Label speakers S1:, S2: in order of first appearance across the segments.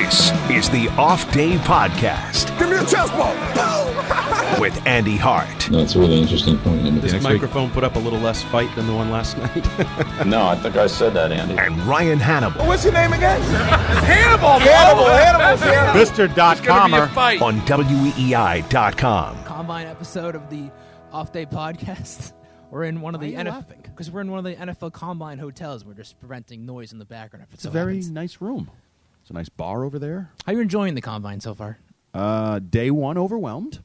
S1: is the Off Day Podcast
S2: Give me a chest bump.
S1: with Andy Hart.
S3: That's a really interesting point. Andy.
S4: This
S3: Next week-
S4: microphone put up a little less fight than the one last night.
S5: No, I think I said that, Andy.
S1: And Ryan Hannibal
S2: What's your name again? Oh, Hannibal. Hannibal. Hannibal. Hannibal.
S6: Mr. Dot Commer.
S1: on E WEEI.com.
S7: combine episode of the Off Day podcast. We're in one of the NFL because we're in one of the NFL Combine hotels. We're just preventing noise in the background. If it
S6: It's
S7: so
S6: a very
S7: happens.
S6: nice room. It's a nice bar over there.
S7: How you enjoying the Combine so far?
S6: Uh, day one, overwhelmed.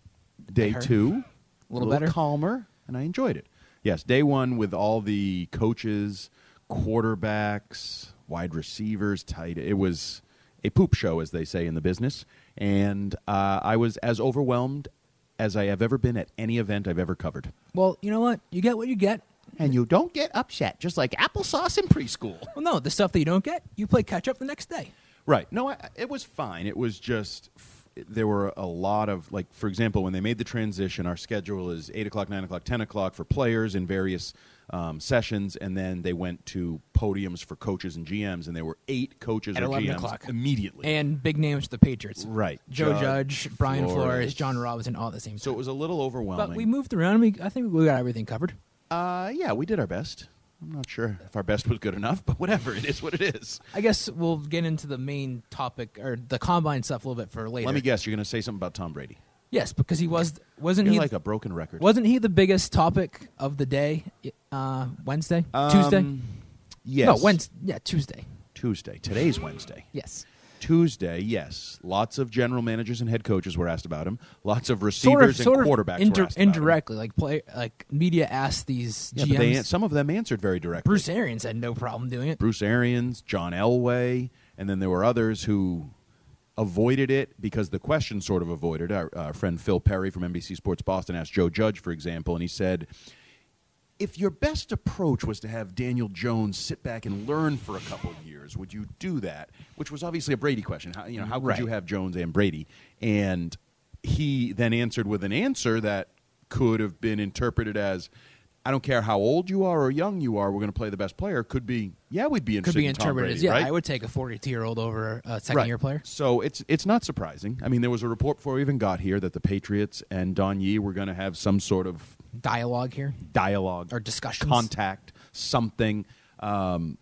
S6: Day
S7: Better.
S6: two,
S7: A little better?
S6: calmer, and I enjoyed it. Yes, day one with all the coaches, quarterbacks, wide receivers, tight. It was a poop show, as they say in the business, and uh, I was as overwhelmed as I have ever been at any event I've ever covered.
S7: Well, you know what? You get what you get.
S6: And you don't get upset, just like applesauce in preschool.
S7: Well, no, the stuff that you don't get, you play catch up the next day.
S6: Right. No, I, it was fine. It was just f- there were a lot of like, for example, when they made the transition, our schedule is eight o'clock, nine o'clock, ten o'clock for players in various um, sessions, and then they went to podiums for coaches and GMs, and there were eight coaches
S7: At
S6: or
S7: 11
S6: GMs
S7: o'clock.
S6: immediately.
S7: And big names to the Patriots.
S6: Right.
S7: Joe Judge,
S6: Judge,
S7: Brian Flores.
S6: Flores,
S7: John Robinson, all at the same time.
S6: so it was a little overwhelming.
S7: but we moved around. We, I think we got everything covered.
S6: Uh, yeah, we did our best. I'm not sure if our best was good enough, but whatever, it is what it is.
S7: I guess we'll get into the main topic or the combine stuff a little bit for later.
S6: Let me guess, you're going to say something about Tom Brady.
S7: Yes, because he was wasn't
S6: You're
S7: he
S6: like a broken record.
S7: Wasn't he the biggest topic of the day? Uh, Wednesday, Tuesday.
S6: Um, Yes.
S7: No, Wednesday. Yeah, Tuesday.
S6: Tuesday. Today's Wednesday.
S7: Yes.
S6: Tuesday, yes. Lots of general managers and head coaches were asked about him. Lots of receivers
S7: Sort
S6: and
S7: of, sort of
S6: quarterbacks
S7: indir-
S6: were asked about him.
S7: indirectly, like play, like media asked these
S6: Yeah,
S7: GMs.
S6: but they, an- some of them answered very directly.
S7: Bruce Arians had no problem doing it.
S6: Bruce Arians, John Elway, and then there were others who avoided it because the question sort of avoided. it. Our, our friend Phil Perry from NBC Sports Boston asked Joe Judge, for example, and he said, if your best approach was to have Daniel Jones sit back and learn for a couple of years, would you do that? Which was obviously a Brady question. How, you know, how could you have Jones and Brady? And he then answered with an answer that could have been interpreted as, "I don't care how old you are or young you are, we're going to play the best player." Could be, yeah, we'd be
S7: Could
S6: interested.
S7: be
S6: in Tom
S7: interpreted
S6: Brady,
S7: as yeah.
S6: right?
S7: I would take a 42 year old over a second year player.
S6: So it's it's not surprising. I mean, there was a report before we even got here that the Patriots and Don Yee were going to have some sort of
S7: Dialogue here.
S6: dialogue
S7: Or discussions.
S6: contact, something. Um,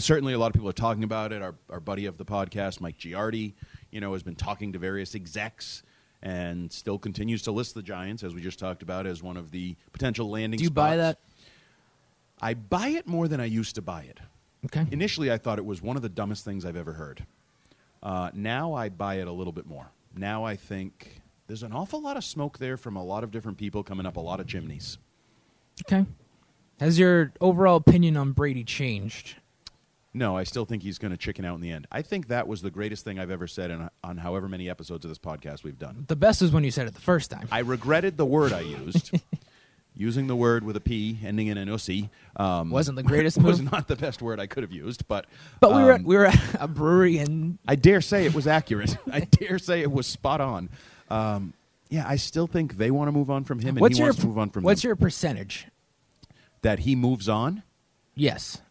S6: certainly, a lot of people are talking about it. Our, our buddy of the podcast, Mike Giardi, you know, has been talking to various execs and still continues to list the Giants, as we just talked about, as one of the potential landing.
S7: Do you buy
S6: spots.
S7: that?
S6: I buy it more than I used to buy it.
S7: Okay.
S6: Initially, I thought it was one of the dumbest things I've ever heard. Uh, now I buy it a little bit more. Now I think there's an awful lot of smoke there from a lot of different people coming up a lot of chimneys.
S7: Okay. Has your overall opinion on Brady changed?
S6: No, I still think he's going to chicken out in the end. I think that was the greatest thing I've ever said in, on however many episodes of this podcast we've done.
S7: The best is when you said it the first time.
S6: I regretted the word I used, using the word with a P ending in an "ussy." Um,
S7: Wasn't the greatest
S6: was
S7: move.
S6: not the best word I could have used, but
S7: but we were at,
S6: um,
S7: we were at a brewery and
S6: I dare say it was accurate. I dare say it was spot on. Um, yeah, I still think they want to move on from him, and
S7: what's
S6: he
S7: your
S6: wants to move on from
S7: what's
S6: them.
S7: your percentage?
S6: that he moves on.
S7: Yes.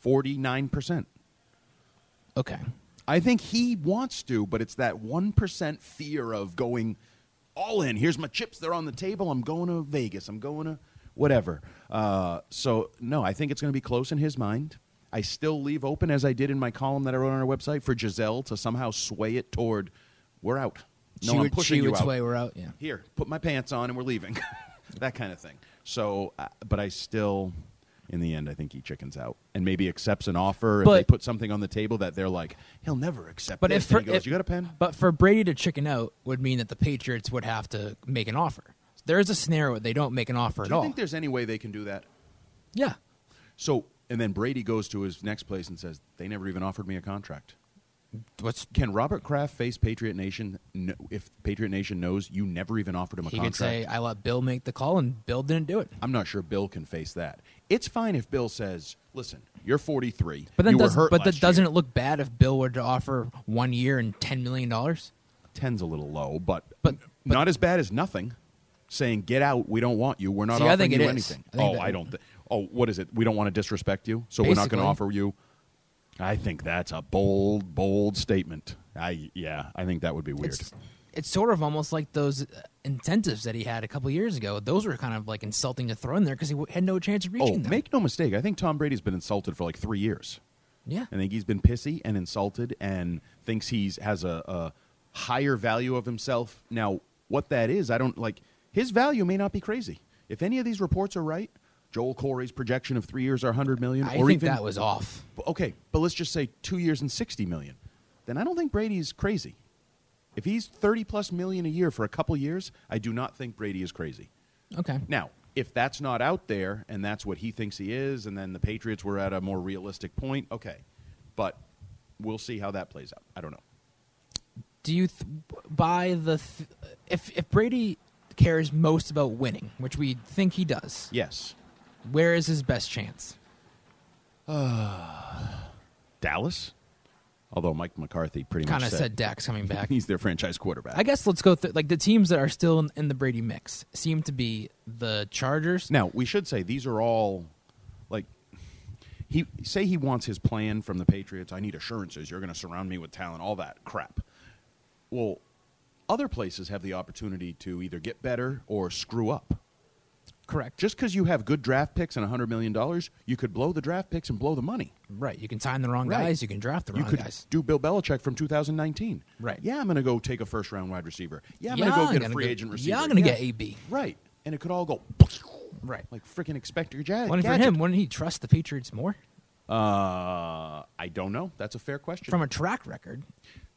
S6: Forty nine percent.
S7: Okay.
S6: I think he wants to, but it's that 1% fear of going all in. Here's my chips. They're on the table. I'm going to Vegas. I'm going to whatever. Uh, so, no, I think it's going to be close in his mind. I still leave open, as I did in my column that I wrote on our website, for Giselle to somehow sway it toward we're out. No,
S7: she
S6: I'm
S7: would,
S6: pushing
S7: she
S6: you
S7: would
S6: out.
S7: sway we're out. Yeah.
S6: Here, put my pants on and we're leaving. that kind of thing. So, uh, but I still. In the end, I think he chickens out and maybe accepts an offer. if
S7: But-
S6: they put something on the table that they're like, he'll never accept.
S7: But
S6: this.
S7: if, for,
S6: And he goes,
S7: if-
S6: you got a pen?
S7: But for Brady to chicken out would mean that the Patriots would have to make an offer. There is a scenario where they don't make an
S6: Do
S7: offer at
S6: you
S7: all.
S6: think there's any way they can do that?
S7: yeah.
S6: So, and then Brady goes to his next place and says, they never even offered me a contract.
S7: What's
S6: Can Robert Kraft face Patriot Nation no, if Patriot Nation knows you never even offered him a
S7: he could
S6: contract?
S7: say? I let Bill make the call, and Bill didn't do it.
S6: I'm not sure Bill can face that. It's fine if Bill says, listen, you're 43.
S7: But then
S6: you were
S7: doesn't-
S6: hurt
S7: but that
S6: last
S7: doesn't
S6: year."
S7: it look bad if Bill were to offer one year and ten million dollars?
S6: 10's a little low, but,
S7: But- but-
S6: not as bad as nothing. Saying, get out, we don't want you. We're not
S7: See, I
S6: offering
S7: think
S6: you
S7: it is.
S6: anything.
S7: I think
S6: oh,
S7: that-
S6: I don't. Th- oh, what is it? We don't want to disrespect you, so we're not going
S7: Basically.
S6: to offer you. I think that's a bold, bold statement. I yeah, I think that would be weird.
S7: It's, it's sort of almost like those uh, incentives that he had a couple years ago. Those were kind of like insulting to throw in there because he w- had no chance of reaching
S6: oh,
S7: them.
S6: make no mistake. I think Tom Brady's been insulted for like three years.
S7: yeah.
S6: I think he's been pissy and insulted and thinks he's has a, a higher value of himself. Now, what that is, I don't like. His value may not be crazy. If any of these reports are right, Joel Corey's projection of three years are 100 million,
S7: I
S6: or
S7: think
S6: even
S7: that was off.
S6: okay, but let's just say two years and 60 million, then I don't think Brady's crazy. If he's 30 plus million a year for a couple years, I do not think Brady is crazy.
S7: Okay.
S6: Now, if that's not out there and that's what he thinks he is, and then the Patriots were at a more realistic point, okay. But we'll see how that plays out. I don't know.
S7: Do you th- buy the th- if if Brady cares most about winning, which we think he does,
S6: Yes.
S7: where is his best chance?
S6: Dallas? Although Mike McCarthy pretty
S7: Kind
S6: much
S7: of
S6: said,
S7: said Dak's coming back.
S6: he's their franchise quarterback.
S7: I guess let's go through like the teams that are still in, in the Brady mix seem to be the Chargers.
S6: Now we should say these are all like he say he wants his plan from the Patriots. I need assurances. You're going to surround me with talent. All that crap. Well, other places have the opportunity to either get better or screw up.
S7: Correct.
S6: Just because you have good draft picks and hundred million dollars, you could blow the draft picks and blow the money.
S7: right. You can sign the wrong
S6: Right.
S7: guys. You can draft the
S6: You
S7: wrong
S6: could
S7: guys.
S6: do Bill Belichick from 2019.
S7: Right.
S6: Yeah, I'm going to go take a first round wide receiver. Yeah, I'm going to go
S7: Yeah,
S6: get a
S7: gonna
S6: free
S7: go-
S6: agent
S7: yeah,
S6: receiver.
S7: I'm gonna get AB.
S6: Right. And it could all go
S7: Right.
S6: like freaking Inspector Gadget.
S7: One for him. Wouldn't he trust the Patriots more
S6: Uh, I don't know. That's a fair question.
S7: from a track record?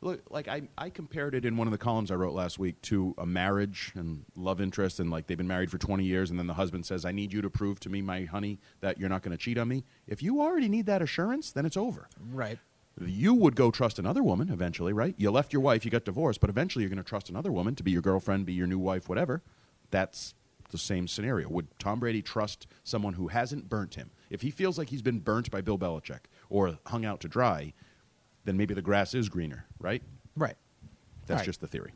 S6: Look, like I, I compared it in one of the columns I wrote last week to a marriage and love interest, and like they've been married for 20 years, and then the husband says, "I need you to prove to me, my honey, that you're not going to cheat on me." If you already need that assurance, then it's over.
S7: Right.
S6: You would go trust another woman eventually, right? You left your wife, you got divorced, but eventually you're going to trust another woman to be your girlfriend, be your new wife, whatever. That's the same scenario. Would Tom Brady trust someone who hasn't burnt him? If he feels like he's been burnt by Bill Belichick or hung out to dry, then maybe the grass is greener, right?
S7: Right.
S6: That's
S7: Right.
S6: just the theory.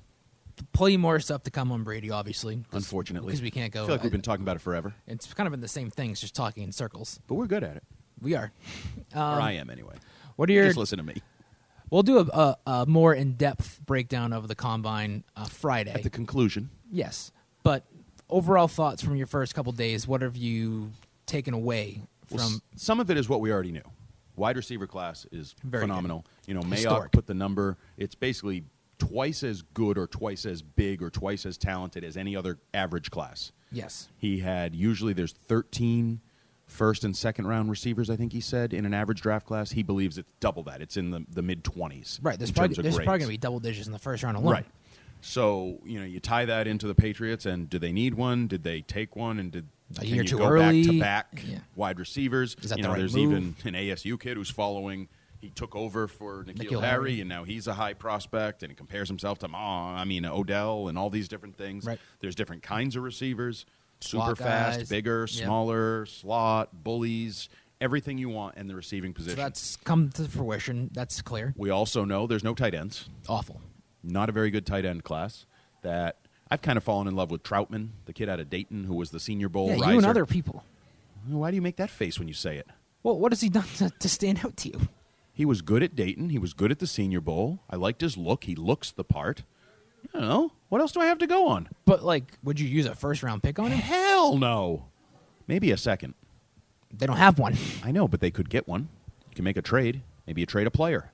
S7: Plenty more stuff to come on Brady, obviously.
S6: Unfortunately,
S7: because we can't go.
S6: I feel like we've
S7: I-
S6: been talking about it forever,
S7: it's kind of been the same things, just talking in circles.
S6: but we're good at it.
S7: We are. Um,
S6: or I am anyway.
S7: What are your?
S6: Just listen to me.
S7: We'll do a, a, a more in-depth breakdown of the combine uh, Friday.
S6: At the conclusion,
S7: yes, but overall thoughts from your first couple days. What have you taken away from?
S6: Well, s- some of it is what we already knew. Wide receiver class is
S7: Very good.
S6: phenomenal. You know, Mayock
S7: Historic.
S6: put the number. It's basically twice as good or twice as big or twice as talented as any other average class.
S7: yes,
S6: He had usually there's 13 first and second round receivers. I think he said in an average draft class. He believes it's double that. It's in the, the mid 20s.
S7: right. There's
S6: in
S7: probably
S6: terms of
S7: there's probably
S6: grades.
S7: gonna be double digits in the first round alone.
S6: Right. So you know, you tie that into the Patriots, and do they need one? Did they take one? And did
S7: A
S6: can
S7: year
S6: you
S7: too
S6: go
S7: early?
S6: back to back
S7: Yeah.
S6: wide receivers?
S7: Is that
S6: you
S7: the
S6: know,
S7: right
S6: there's
S7: move?
S6: even an ASU kid who's following. He took over for Nikhil
S7: Nikhil
S6: Harry,
S7: Harry.
S6: and now he's a high prospect, and he compares himself to Ma. I mean Odell, and all these different things.
S7: Right.
S6: There's different kinds of receivers: super
S7: Slot
S6: fast,
S7: guys.
S6: bigger,
S7: Yep.
S6: smaller, slot, bullies, everything you want in the receiving
S7: So
S6: position.
S7: that's come to fruition. That's clear.
S6: we also know there's no tight ends
S7: Awful.
S6: not a very good tight end class. That I've kind of fallen in love with Troutman, the kid out of Dayton who was the Senior Bowl
S7: Yeah,
S6: riser.
S7: you and other people.
S6: Why do you make that face when you say it?
S7: Well, what has he done to, to stand out to you?
S6: He was good at Dayton. He was good at the Senior Bowl. I liked his look. He looks the part. I don't know. What else do I have to go on?
S7: But like, would you use a first round pick on him?
S6: Hell no. Maybe a second.
S7: They don't have one.
S6: I know, but they could get one. You can make a trade. Maybe you trade a player.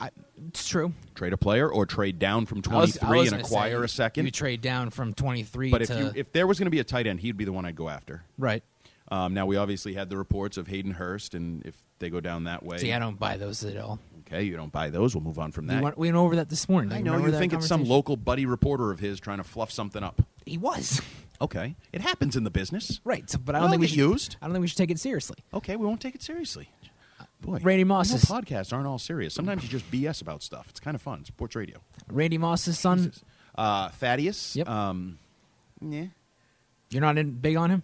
S7: I, it's true.
S6: Trade a player or trade down from
S7: I was- I
S6: 23
S7: was
S6: and
S7: gonna say,
S6: acquire a second.
S7: You trade down from twenty three.
S6: but if,
S7: to,
S6: you, if there was going to be a tight end, he'd be the one I'd go after.
S7: right,
S6: Um, now we obviously had the reports of Hayden Hurst, and if they go down that way,
S7: see, I don't buy those at all.
S6: okay, you don't buy those. We'll move on from
S7: We
S6: that.
S7: went, we went over that this morning.
S6: I
S7: You
S6: know
S7: remember
S6: you
S7: that
S6: think it's some
S7: conversation?
S6: local buddy reporter of his trying to fluff something up.
S7: He was
S6: Okay, it happens in the business.
S7: right, so, but I
S6: We
S7: don't
S6: all
S7: think we
S6: get
S7: should,
S6: used.
S7: I don't think we should take it seriously.
S6: Okay, we won't take it seriously. Boy,
S7: Randy Moss
S6: you know
S7: is-
S6: podcasts aren't all serious. Sometimes you just BS about stuff. It's kind of fun. It's sports radio.
S7: Randy Moss's son.
S6: Uh, Thaddeus.
S7: Mm. Yep.
S6: Um, yeah.
S7: You're not in, big on him.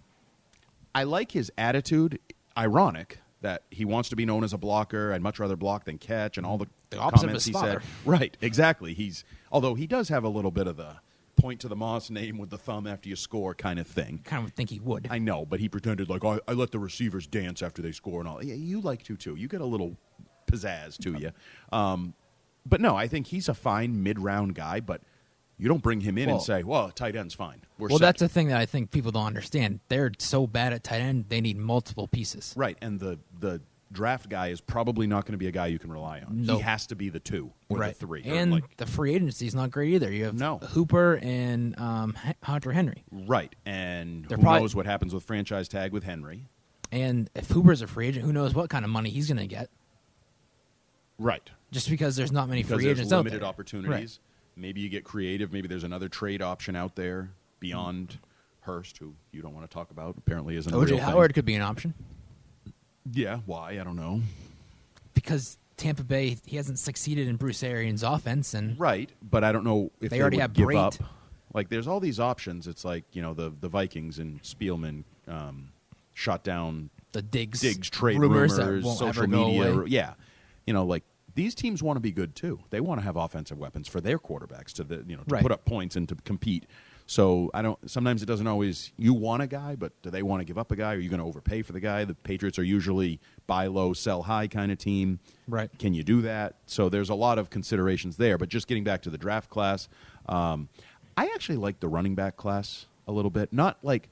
S6: I like his attitude. Ironic that he wants to be known as a blocker. I'd much rather block than catch, and all the,
S7: The opposite of
S6: comments
S7: his
S6: he
S7: father.
S6: said. Right, exactly. He's although he does have a little bit of the point to the Moss name with the thumb after you score kind of thing.
S7: kind of think he would.
S6: I know, but he pretended like I, I let the receivers dance after they score and all. Yeah, you like to too. You get a little pizzazz to you. Um, but no, I think he's a fine mid-round guy. But you don't bring him in
S7: Well-
S6: and say, "Well, tight end's fine." We're
S7: well,
S6: set."
S7: that's the thing that I think people don't understand. They're so bad at tight end, they need multiple pieces.
S6: right. And the the draft guy is probably not going to be a guy you can rely on.
S7: No.
S6: He has to be the two or the three. or
S7: And
S6: like-
S7: the free agency is not great either. You have
S6: No.
S7: Hooper and um, H- Hunter Henry.
S6: right. And
S7: They're
S6: who
S7: probably-
S6: knows what happens with franchise tag with Henry?
S7: And if Hooper's a free agent, who knows what kind of money he's going to get?
S6: Right.
S7: Just because there's not many
S6: because
S7: free
S6: there's
S7: agents out
S6: limited
S7: there.
S6: opportunities. Maybe you get creative. Maybe there's another trade option out there beyond Hurst, who you don't want to talk about. Apparently, isn't
S7: Right.
S6: a
S7: OJ
S6: real
S7: Howard could be an option
S6: Thing. Yeah, why? I don't know.
S7: because Tampa Bay he hasn't succeeded in Bruce Arians' offense, and
S6: Right, but I don't know if
S7: They
S6: they,
S7: already
S6: would
S7: have
S6: give
S7: Brate.
S6: up. Like, there's all these options. It's like you know the the Vikings and Spielman um, shot down
S7: the digs
S6: Diggs trade
S7: rumors,
S6: rumors,
S7: that won't
S6: social
S7: ever go
S6: media.
S7: away.
S6: ru- Yeah, you know, like these teams want to be good too. They want to have offensive weapons for their quarterbacks to the you know to
S7: Right.
S6: put up points and to compete. So I don't. Sometimes it doesn't always. You want a guy, but do they want to give up a guy? Are you going to overpay for the guy? The Patriots are usually buy low, sell high kind of team.
S7: Right.
S6: Can you do that? So there's a lot of considerations there. But just getting back to the draft class, um, I actually like the running back class a little bit. Not like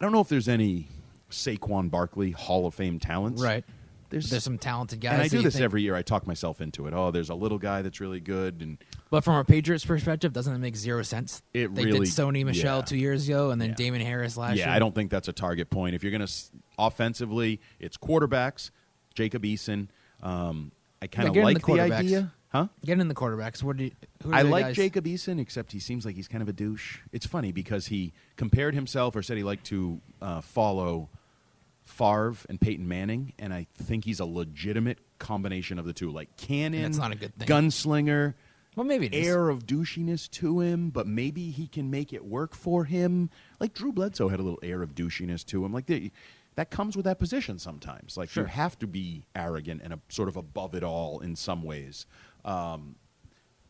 S6: I don't know if there's any Saquon Barkley Hall of Fame talents.
S7: Right.
S6: There's,
S7: There's some talented guys.
S6: and I
S7: that
S6: do
S7: you
S6: this
S7: think-
S6: every year. I talk myself into it. Oh, there's a little guy that's really good, and
S7: But from a Patriots perspective, doesn't it make zero sense?
S6: It
S7: they
S6: really-
S7: did Sony Michelle
S6: yeah.
S7: two years ago, and then
S6: Yeah.
S7: Damon Harris last year.
S6: yeah, I don't think that's a target point. If you're going to offensively, it's quarterbacks. Jacob Eason. Um, I kind of
S7: get in
S6: like
S7: the
S6: the,
S7: quarterbacks.
S6: idea, huh?
S7: Getting in the quarterbacks. What do you, who are
S6: I
S7: the
S6: like
S7: guys-
S6: Jacob Eason, except he seems like he's kind of a douche. It's funny because he compared himself or said he liked to uh, follow Favre and Peyton Manning, and I think he's a legitimate combination of the two, like cannon,
S7: That's not a good thing.
S6: gunslinger,
S7: Well, maybe it is.
S6: air of douchiness to him, but maybe he can make it work for him. Like Drew Bledsoe had a little air of douchiness to him. Like they, that comes with that position sometimes. Like you have to be arrogant and a, sort of above it all in some ways. Um,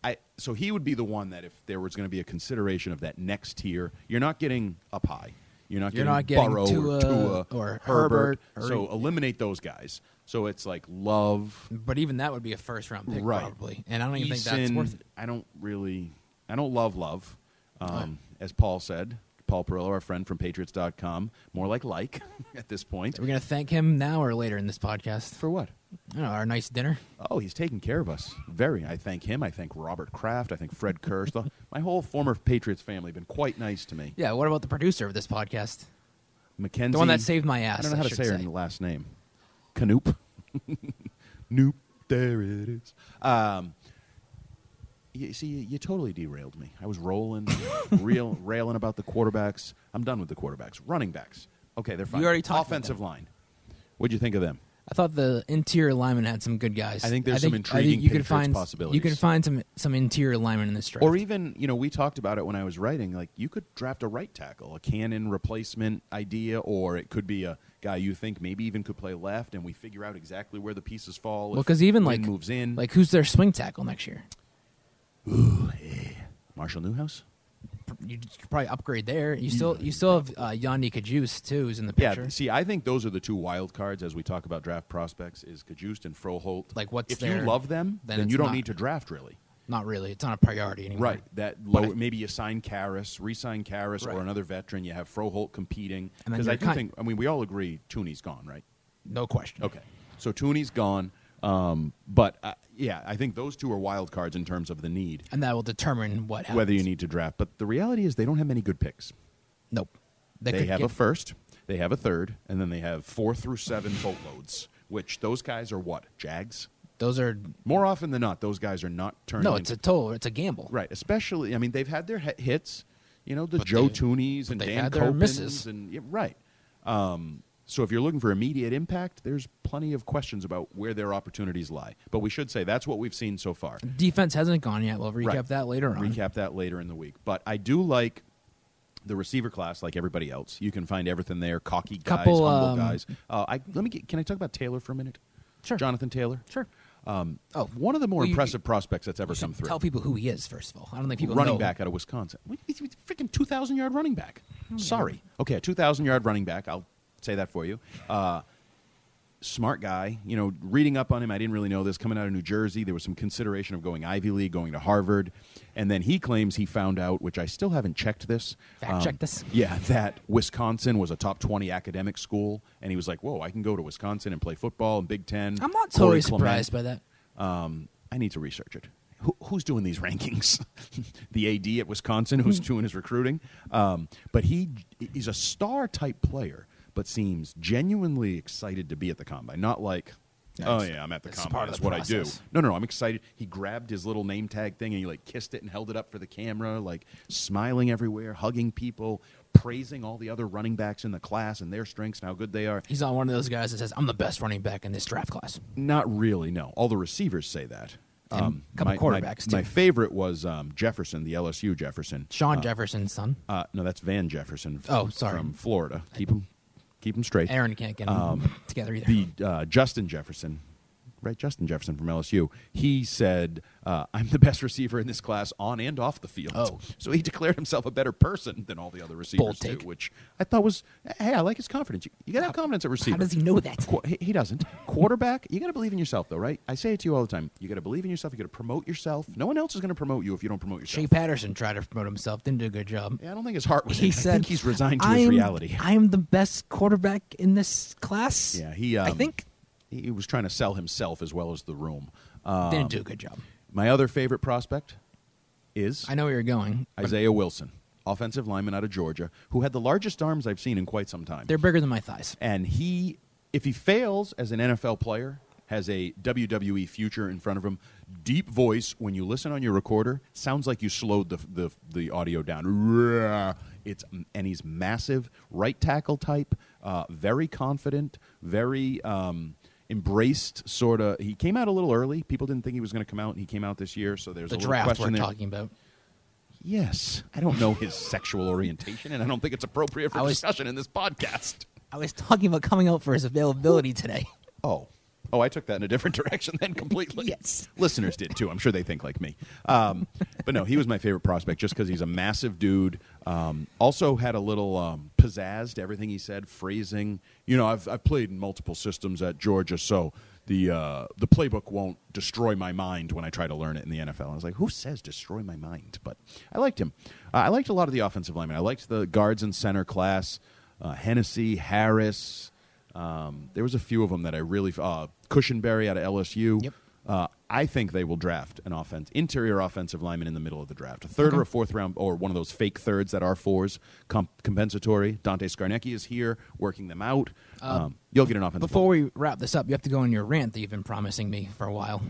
S6: I so he would be the one that if there was going to be a consideration of that next tier, you're not getting up high. You're not
S7: You're
S6: getting
S7: not getting
S6: Burrow
S7: Tua
S6: or Tua
S7: or
S6: Herbert.
S7: Herbert or-
S6: so eliminate those guys. So it's like Love,
S7: But even that would be a first round pick,
S6: Right.
S7: probably. And I don't even think that's
S6: Eason,
S7: worth it.
S6: I don't really, I don't love love, um, as Paul said. Paul Perillo, our friend from Patriots.com, more like like at this point.
S7: We're going to thank him now or later in this podcast.
S6: For what?
S7: I don't know, our nice dinner.
S6: Oh, he's taking care of us. Very. I thank him. I thank Robert Kraft. I thank Fred Kirsch. The- My whole former Patriots family been quite nice to me.
S7: Yeah, what about the producer of this podcast?
S6: Mackenzie.
S7: The one that saved my ass.
S6: I don't know how to
S7: should
S6: say her last name. Canoop. Noop. There it is. Um, you see, you, you totally derailed me. I was rolling, real railing about the quarterbacks. I'm done with the quarterbacks. Running backs. Okay, they're fine.
S7: already talked about
S6: offensive
S7: them.
S6: line. What'd you think of them?
S7: I thought the interior lineman had some good guys.
S6: I think there's some
S7: I
S6: intriguing
S7: think you could
S6: Patriots
S7: find, You
S6: possibilities.
S7: can find some some interior lineman in this draft.
S6: Or even, you know, we talked about it when I was writing. Like, you could draft a right tackle, a cannon replacement idea, or it could be a guy you think maybe even could play left, and we figure out exactly where the pieces fall.
S7: well,
S6: if
S7: because even
S6: Lynn
S7: like
S6: moves in,
S7: like who's their swing tackle next year?
S6: Marshall Newhouse.
S7: You could probably upgrade there. You still you still have uh, Yanni Kajus too, who's in the
S6: Mm. Yeah,
S7: picture.
S6: see, I think those are the two wild cards as we talk about draft prospects: is Kajust and Froholt.
S7: Like, what's
S6: if
S7: their-
S6: you love them,
S7: then
S6: then,
S7: it's
S6: you don't
S7: not-
S6: need to draft really.
S7: Not really. It's not a priority anymore.
S6: Right, that
S7: But
S6: low,
S7: I-
S6: maybe you sign Karras, re-sign Karras,
S7: Right.
S6: or another veteran. You have Froholt competing
S7: And then
S6: because
S7: you're
S6: I do
S7: kind-
S6: think. I mean, we all agree Tooney's gone, right?
S7: No question.
S6: Okay, so Tooney's gone, um, but uh, yeah, I think those two are wild cards in terms of the need
S7: And that will determine what happens.
S6: whether you need to draft. But the reality is, they don't have many good picks.
S7: Nope.
S6: They
S7: could
S6: have
S7: get-
S6: a first, they have a third, and then they have four through seven boatloads, which those guys are what? Jags?
S7: Those are
S6: More often than not, those guys are not turning.
S7: no. It's a total. It's a gamble.
S6: right, especially. I mean, they've had their hi- hits, you know, the Joe
S7: they-
S6: Toonies and
S7: they've
S6: Dan
S7: had their
S6: Copins
S7: misses.
S6: and yeah, right. Um, so if you're looking for immediate impact, there's plenty of questions about where their opportunities lie. But we should say that's what we've seen so far.
S7: Defense hasn't gone yet. We'll recap
S6: Right.
S7: that later on.
S6: Recap that later in the week. But I do like the receiver class, like everybody else. You can find everything there. Cocky guys,
S7: Couple,
S6: humble
S7: um,
S6: guys. Uh, I let me. Get, can I talk about Taylor for a minute?
S7: Sure.
S6: Jonathan Taylor.
S7: Sure.
S6: Um,
S7: Oh.
S6: one of the more
S7: Well, you-
S6: impressive prospects that's ever
S7: You
S6: come
S7: should
S6: through.
S7: Tell people who he is first of all. I don't think people
S6: running
S7: know.
S6: back out of Wisconsin. What do you mean He's a freaking 2,000 yard running back.
S7: Oh,
S6: Sorry. Okay, a 2,000 yard running back. I'll say that for you. Uh, smart guy. You know, reading up on him, I didn't really know this. Coming out of New Jersey, there was some consideration of going Ivy League, going to Harvard. And then he claims he found out, which I still haven't checked this. um,
S7: Fact check this.
S6: Yeah, that Wisconsin was a top 20 academic school. And he was like, whoa, I can go to Wisconsin and play football in Big Ten.
S7: I'm not
S6: Corey
S7: totally
S6: Clement.
S7: surprised by that.
S6: I need to research it. Who, who's doing these rankings? the AD at Wisconsin,
S7: Hmm.
S6: who's doing his recruiting. Um, but he he's a star type player, but seems genuinely excited to be at the combine. Not like, oh yeah, I'm at the
S7: This is
S6: combine.
S7: part of
S6: That's
S7: the
S6: what I do.
S7: process.
S6: No, no, I'm excited. He grabbed his little name tag thing and he like kissed it and held it up for the camera, like smiling everywhere, hugging people, praising all the other running backs in the class and their strengths and how good they are.
S7: He's not one of those guys that says I'm the best running back in this draft class.
S6: Not really. No, all the receivers say that. Um,
S7: And a couple
S6: my-
S7: quarterbacks, too.
S6: My, my favorite was um, Jefferson, the LSU Jefferson.
S7: Sean Jefferson's son.
S6: Uh, no, that's Van Jefferson. f-
S7: Oh, sorry.
S6: From Florida. Keep him, keep him straight.
S7: Aaron can't get 'em together either.
S6: um, The uh, Justin Jefferson, right? Justin Jefferson from LSU. He said, uh, "I'm the best receiver in this class, on and off the field."
S7: Oh.
S6: so he declared himself a better person than all the other receivers too,
S7: take.
S6: which I thought was, hey, I like his confidence. You, you gotta have confidence at receiver.
S7: How does he know that?
S6: Qu- he, he doesn't. Quarterback, you got to believe in yourself, though, right? I say it to you all the time. You got to believe in yourself. You got to promote yourself. No one else is going to promote you if you don't promote yourself.
S7: Shea Patterson tried to promote himself, didn't do a good job.
S6: Yeah, I don't think his heart was.
S7: He
S6: in it.
S7: said
S6: I think he's resigned to
S7: I
S6: his
S7: am-
S6: reality.
S7: I am the best quarterback in this class.
S6: yeah, he.
S7: I
S6: um,
S7: think
S6: he he was trying to sell himself as well as the room. Um,
S7: didn't do a good job.
S6: My other favorite prospect is
S7: I know where you're going.
S6: Isaiah Wilson, offensive lineman out of Georgia, who had the largest arms I've seen in quite some time.
S7: They're bigger than my thighs.
S6: and he if he fails as an NFL player has a WWE future in front of him. Deep voice when you listen on your recorder sounds like you slowed the the, the audio down. Roar. It's and he's massive, right tackle type, uh, very confident, very um, embraced. Sort of. He came out a little early. People didn't think he was going to come out, and he came out this year. So there's
S7: The
S6: a little
S7: draft
S6: question
S7: we're
S6: there.
S7: talking about.
S6: Yes, I don't know his sexual orientation, and I don't think it's appropriate for
S7: I was-
S6: discussion in this podcast.
S7: I was talking about coming out for his availability today.
S6: Oh. Oh, I took that in a different direction then completely.
S7: Yes.
S6: Listeners did too. I'm sure they think like me. Um, but no, he was my favorite prospect just because he's a massive dude. Um, also had a little um, pizzazz to everything he said, phrasing. You know, I've, I've played in multiple systems at Georgia, so the, uh, the playbook won't destroy my mind when I try to learn it in the NFL. And I was like, who says destroy my mind? But I liked him. Uh, I liked a lot of the offensive linemen. I liked the guards and center class, uh, Hennessy, Harris. Um, there was a few of them that I really uh, Cushionberry out of LSU.
S7: Yep.
S6: Uh, I think they will draft an offense interior offensive lineman in the middle of the draft, a third or a fourth round, or one of those fake thirds that are fours comp- compensatory. Dante Scarnecchi is here working them out. Um, you'll get an offensive.
S7: Before
S6: lineman.
S7: we wrap this up, you have to go on your rant that you've been promising me for a while.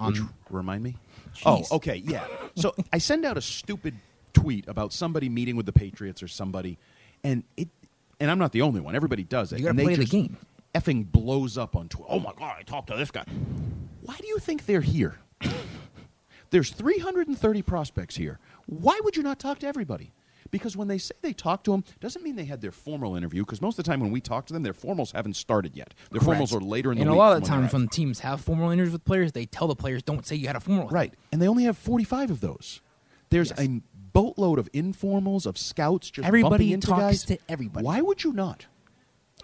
S7: On
S6: remind me.
S7: Jeez.
S6: Oh, okay, yeah. So I send out a stupid tweet about somebody meeting with the Patriots or somebody, and it, and I'm not the only one. Everybody does it.
S7: You gotta
S6: and they
S7: play the
S6: just
S7: game.
S6: Effing blows up on Twitter. Oh my god, I talked to this guy. Why do you think they're here? There's 330 prospects here. Why would you not talk to everybody? Because when they say they talked to them, doesn't mean they had their formal interview. Because most of the time when we talk to them, their formals haven't started yet. Their
S7: Correct.
S6: formals are later in the
S7: and
S6: week
S7: a lot of
S6: from
S7: the
S6: when they're
S7: times
S6: out.
S7: when teams have formal interviews with players, they tell the players, "Don't say you had a formal." with me."
S6: Right. And they only have 45 of those. There's
S7: Yes.
S6: a boatload of informals, of scouts, just
S7: Everybody
S6: bumping into
S7: talks
S6: guys.
S7: to everybody.
S6: Why would you not?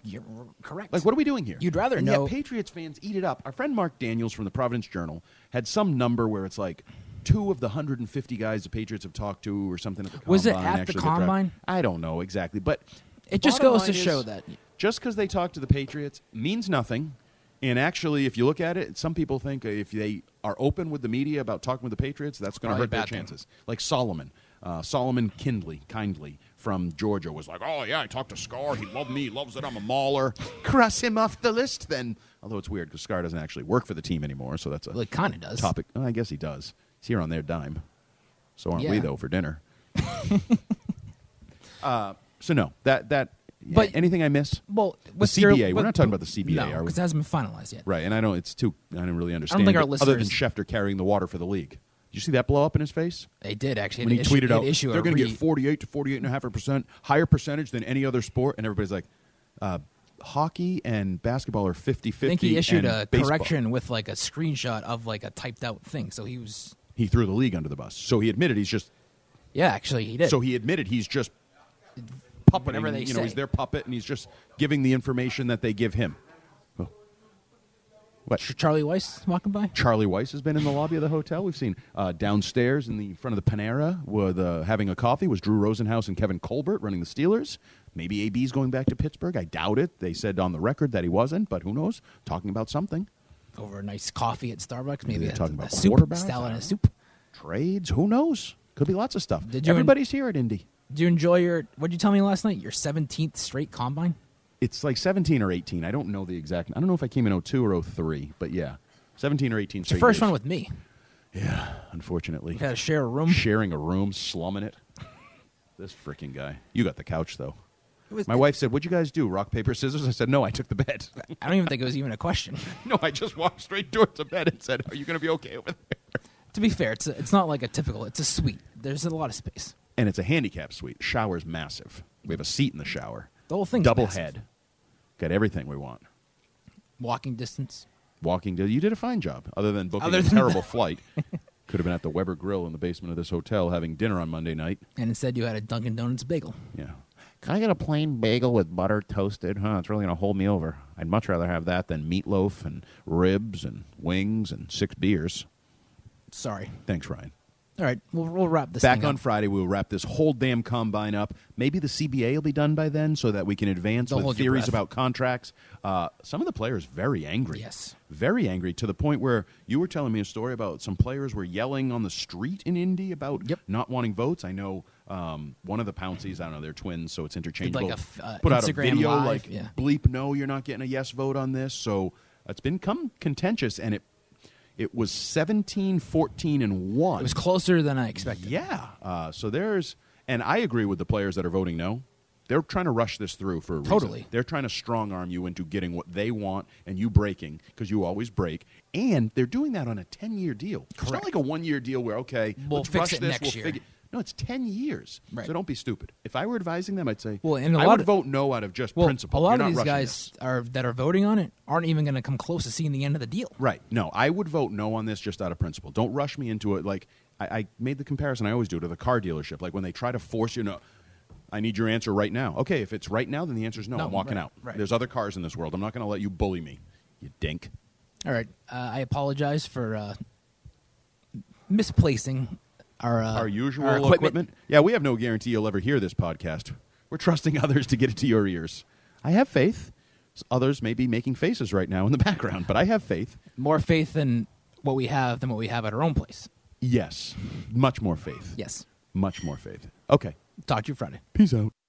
S7: You're correct.
S6: Like, what are we doing here?
S7: You'd rather
S6: and
S7: know-
S6: Yet Patriots fans eat it up. Our friend Mark Daniels from the Providence Journal had some number where it's like two of the 150 guys the Patriots have talked to, or something at the
S7: Was it
S6: combine.
S7: at the
S6: actually got drafted.
S7: combine?
S6: I don't know exactly, but
S7: It just
S6: bottom
S7: goes to
S6: line
S7: show that-
S6: just because they talk to the Patriots means nothing. And actually, if you look at it, some people think if they are open with the media about talking with the Patriots, that's going to
S7: Probably a
S6: hurt their
S7: bad thing.
S6: chances. Like Solomon, uh, Solomon Kindly, kindly from Georgia was like, "Oh yeah, I talked to Scar. He loved me. He loves it. I'm a mauler. Cross him off the list, then." Although it's weird because Scar doesn't actually work for the team anymore, so that's a
S7: Well, it kinda does.
S6: Topic. Well, I guess he does. He's here on their dime. So aren't we
S7: Yeah.
S6: though for dinner? uh, so no, that that.
S7: But-
S6: anything I miss?
S7: Well,
S6: the
S7: what's
S6: CBA.
S7: Your,
S6: We're
S7: what-
S6: not talking about the CBA, are
S7: no,
S6: we?
S7: Because it hasn't been finalized yet.
S6: Right, and I don't. It's too. I don't really understand.
S7: think our
S6: it, other than
S7: listeners-
S6: Schefter carrying the water for the league. Did you see that blow up in his face
S7: They did actually.
S6: when he
S7: It issu-
S6: tweeted
S7: it
S6: out?
S7: Issue
S6: They're
S7: going
S6: going to get forty-eight to forty-eight and a half percent higher percentage than any other sport, and everybody's like, uh, hockey and basketball are 50 50.
S7: I think he issued a correction with like a screenshot of like a typed out thing. So he was.
S6: He threw the league under the bus. So he admitted he's just.
S7: Yeah, actually, he did.
S6: So he admitted he's just puppeting.
S7: Whatever they
S6: you know, he's
S7: say.
S6: their puppet and he's just giving the information that they give him.
S7: Ch- Charlie Weiss walking by.
S6: Charlie Weiss has been in the lobby of the hotel. We've seen uh, downstairs in the front of the Panera with uh, having a coffee was Drew Rosenhaus and Kevin Colbert running the Steelers. Maybe AB's going back to Pittsburgh. I doubt it. They said on the record that he wasn't, but who knows? Talking about something.
S7: Over a nice coffee at Starbucks, maybe
S6: they're
S7: a,
S6: talking
S7: a
S6: about
S7: soup,
S6: quarterbacks?
S7: salad and
S6: I
S7: a
S6: don't
S7: soup.
S6: Trades, who knows? Could be lots of stuff.
S7: Did you en-
S6: Everybody's here at Indy.
S7: Do you enjoy your? What did you tell me last night? Your seventeenth straight combine.
S6: It's like 17 or 18. I don't know the exact. I don't know if I came in 02 or 03, but yeah. 17 or 18.
S7: It's your first one with me.
S6: Unfortunately.
S7: You had to share a room.
S6: sharing a room, slumming it. This freaking guy. You got the couch though.
S7: was-
S6: My wife said, "What'd you guys do? Rock paper scissors?" I said, "No, I took the bed.
S7: I don't even think it was even a question.
S6: no, I just walked straight towards the bed and said, "Are you going to be okay over there?"
S7: to be fair, it's a, it's not like a typical. It's a suite. There's a lot of space.
S6: And it's a handicap suite. Shower's massive. We have a seat in the shower.
S7: The whole thing's
S6: double
S7: massive.
S6: head. Got everything we want.
S7: Walking distance.
S6: Walking to you did a fine job other than booking
S7: Other
S6: a
S7: than
S6: terrible flight. Could have been at the Weber Grill in the basement of this hotel having dinner on Monday night.
S7: And instead, you had a Dunkin' Donuts bagel.
S6: Yeah.
S5: Can I get a plain bagel with butter toasted? Huh, it's really gonna hold me over.
S6: I'd much rather have that than meatloaf and ribs and wings and six beers.
S7: Sorry.
S6: Thanks, Ryan.
S7: All right, we'll, we'll wrap this
S6: Back
S7: thing
S6: on
S7: up.
S6: Friday, we'll wrap this whole damn combine up. Maybe the CBA will be done by then, so that we can advance
S7: Don't
S6: with
S7: hold your
S6: theories
S7: breath.
S6: about contracts. Uh, some of the players very angry.
S7: Yes.
S6: very angry to the point where you were telling me a story about some players were yelling on the street in Indy about
S7: Yep.
S6: not wanting votes. I know um, one of the Pouncies. I don't know they're twins, so it's interchangeable.
S7: a f- uh,
S6: Put out a
S7: Instagram
S6: video
S7: Live,
S6: like
S7: yeah.
S6: bleep no, you're not getting a yes vote on this. So uh, it's been come contentious, and it it was 17, 14, and one.
S7: It was closer than I expected.
S6: Yeah. Uh, so there's, and I agree with the players that are voting no. They're trying to rush this through for a reason.
S7: Totally.
S6: They're trying to strong arm you into getting what they want and you breaking because you always break. And they're doing that on a 10 year deal. It's not
S7: Correct.
S6: like a one year deal where, okay,
S7: We'll
S6: let's
S7: fix
S6: rush
S7: it
S6: this,
S7: next
S6: we'll
S7: year.
S6: figure- No, it's 10 years.
S7: Right.
S6: So don't be stupid. If I were advising them, I'd say,
S7: Well, and a
S6: I
S7: lot
S6: would
S7: of-
S6: vote no out of just
S7: Well,
S6: principle.
S7: a lot
S6: You're
S7: of
S6: not
S7: these
S6: rushing
S7: guys
S6: this.
S7: are that are voting on it aren't even going to come close to seeing the end of the deal.
S6: Right. No, I would vote no on this just out of principle. Don't rush me into it. Like I, I made the comparison I always do to the car dealership. Like when they try to force you, no, I need your answer right now. Okay, if it's right now, then the answer is no.
S7: No,
S6: I'm walking
S7: right,
S6: out.
S7: right.
S6: There's other cars in this world. I'm not going to let you bully me. You dink.
S7: All right, uh, I apologize for uh, misplacing our uh,
S6: Our usual
S7: our
S6: equipment. Yeah, we have no guarantee you'll ever hear this podcast. We're trusting others to get it to your ears. I have faith. Others may be making faces right now in the background, but I have faith.
S7: More faith in what we have than what we have at our own place.
S6: Yes, much more faith.
S7: Yes.
S6: much more faith. Okay,
S7: Talk to you Friday.
S6: peace out.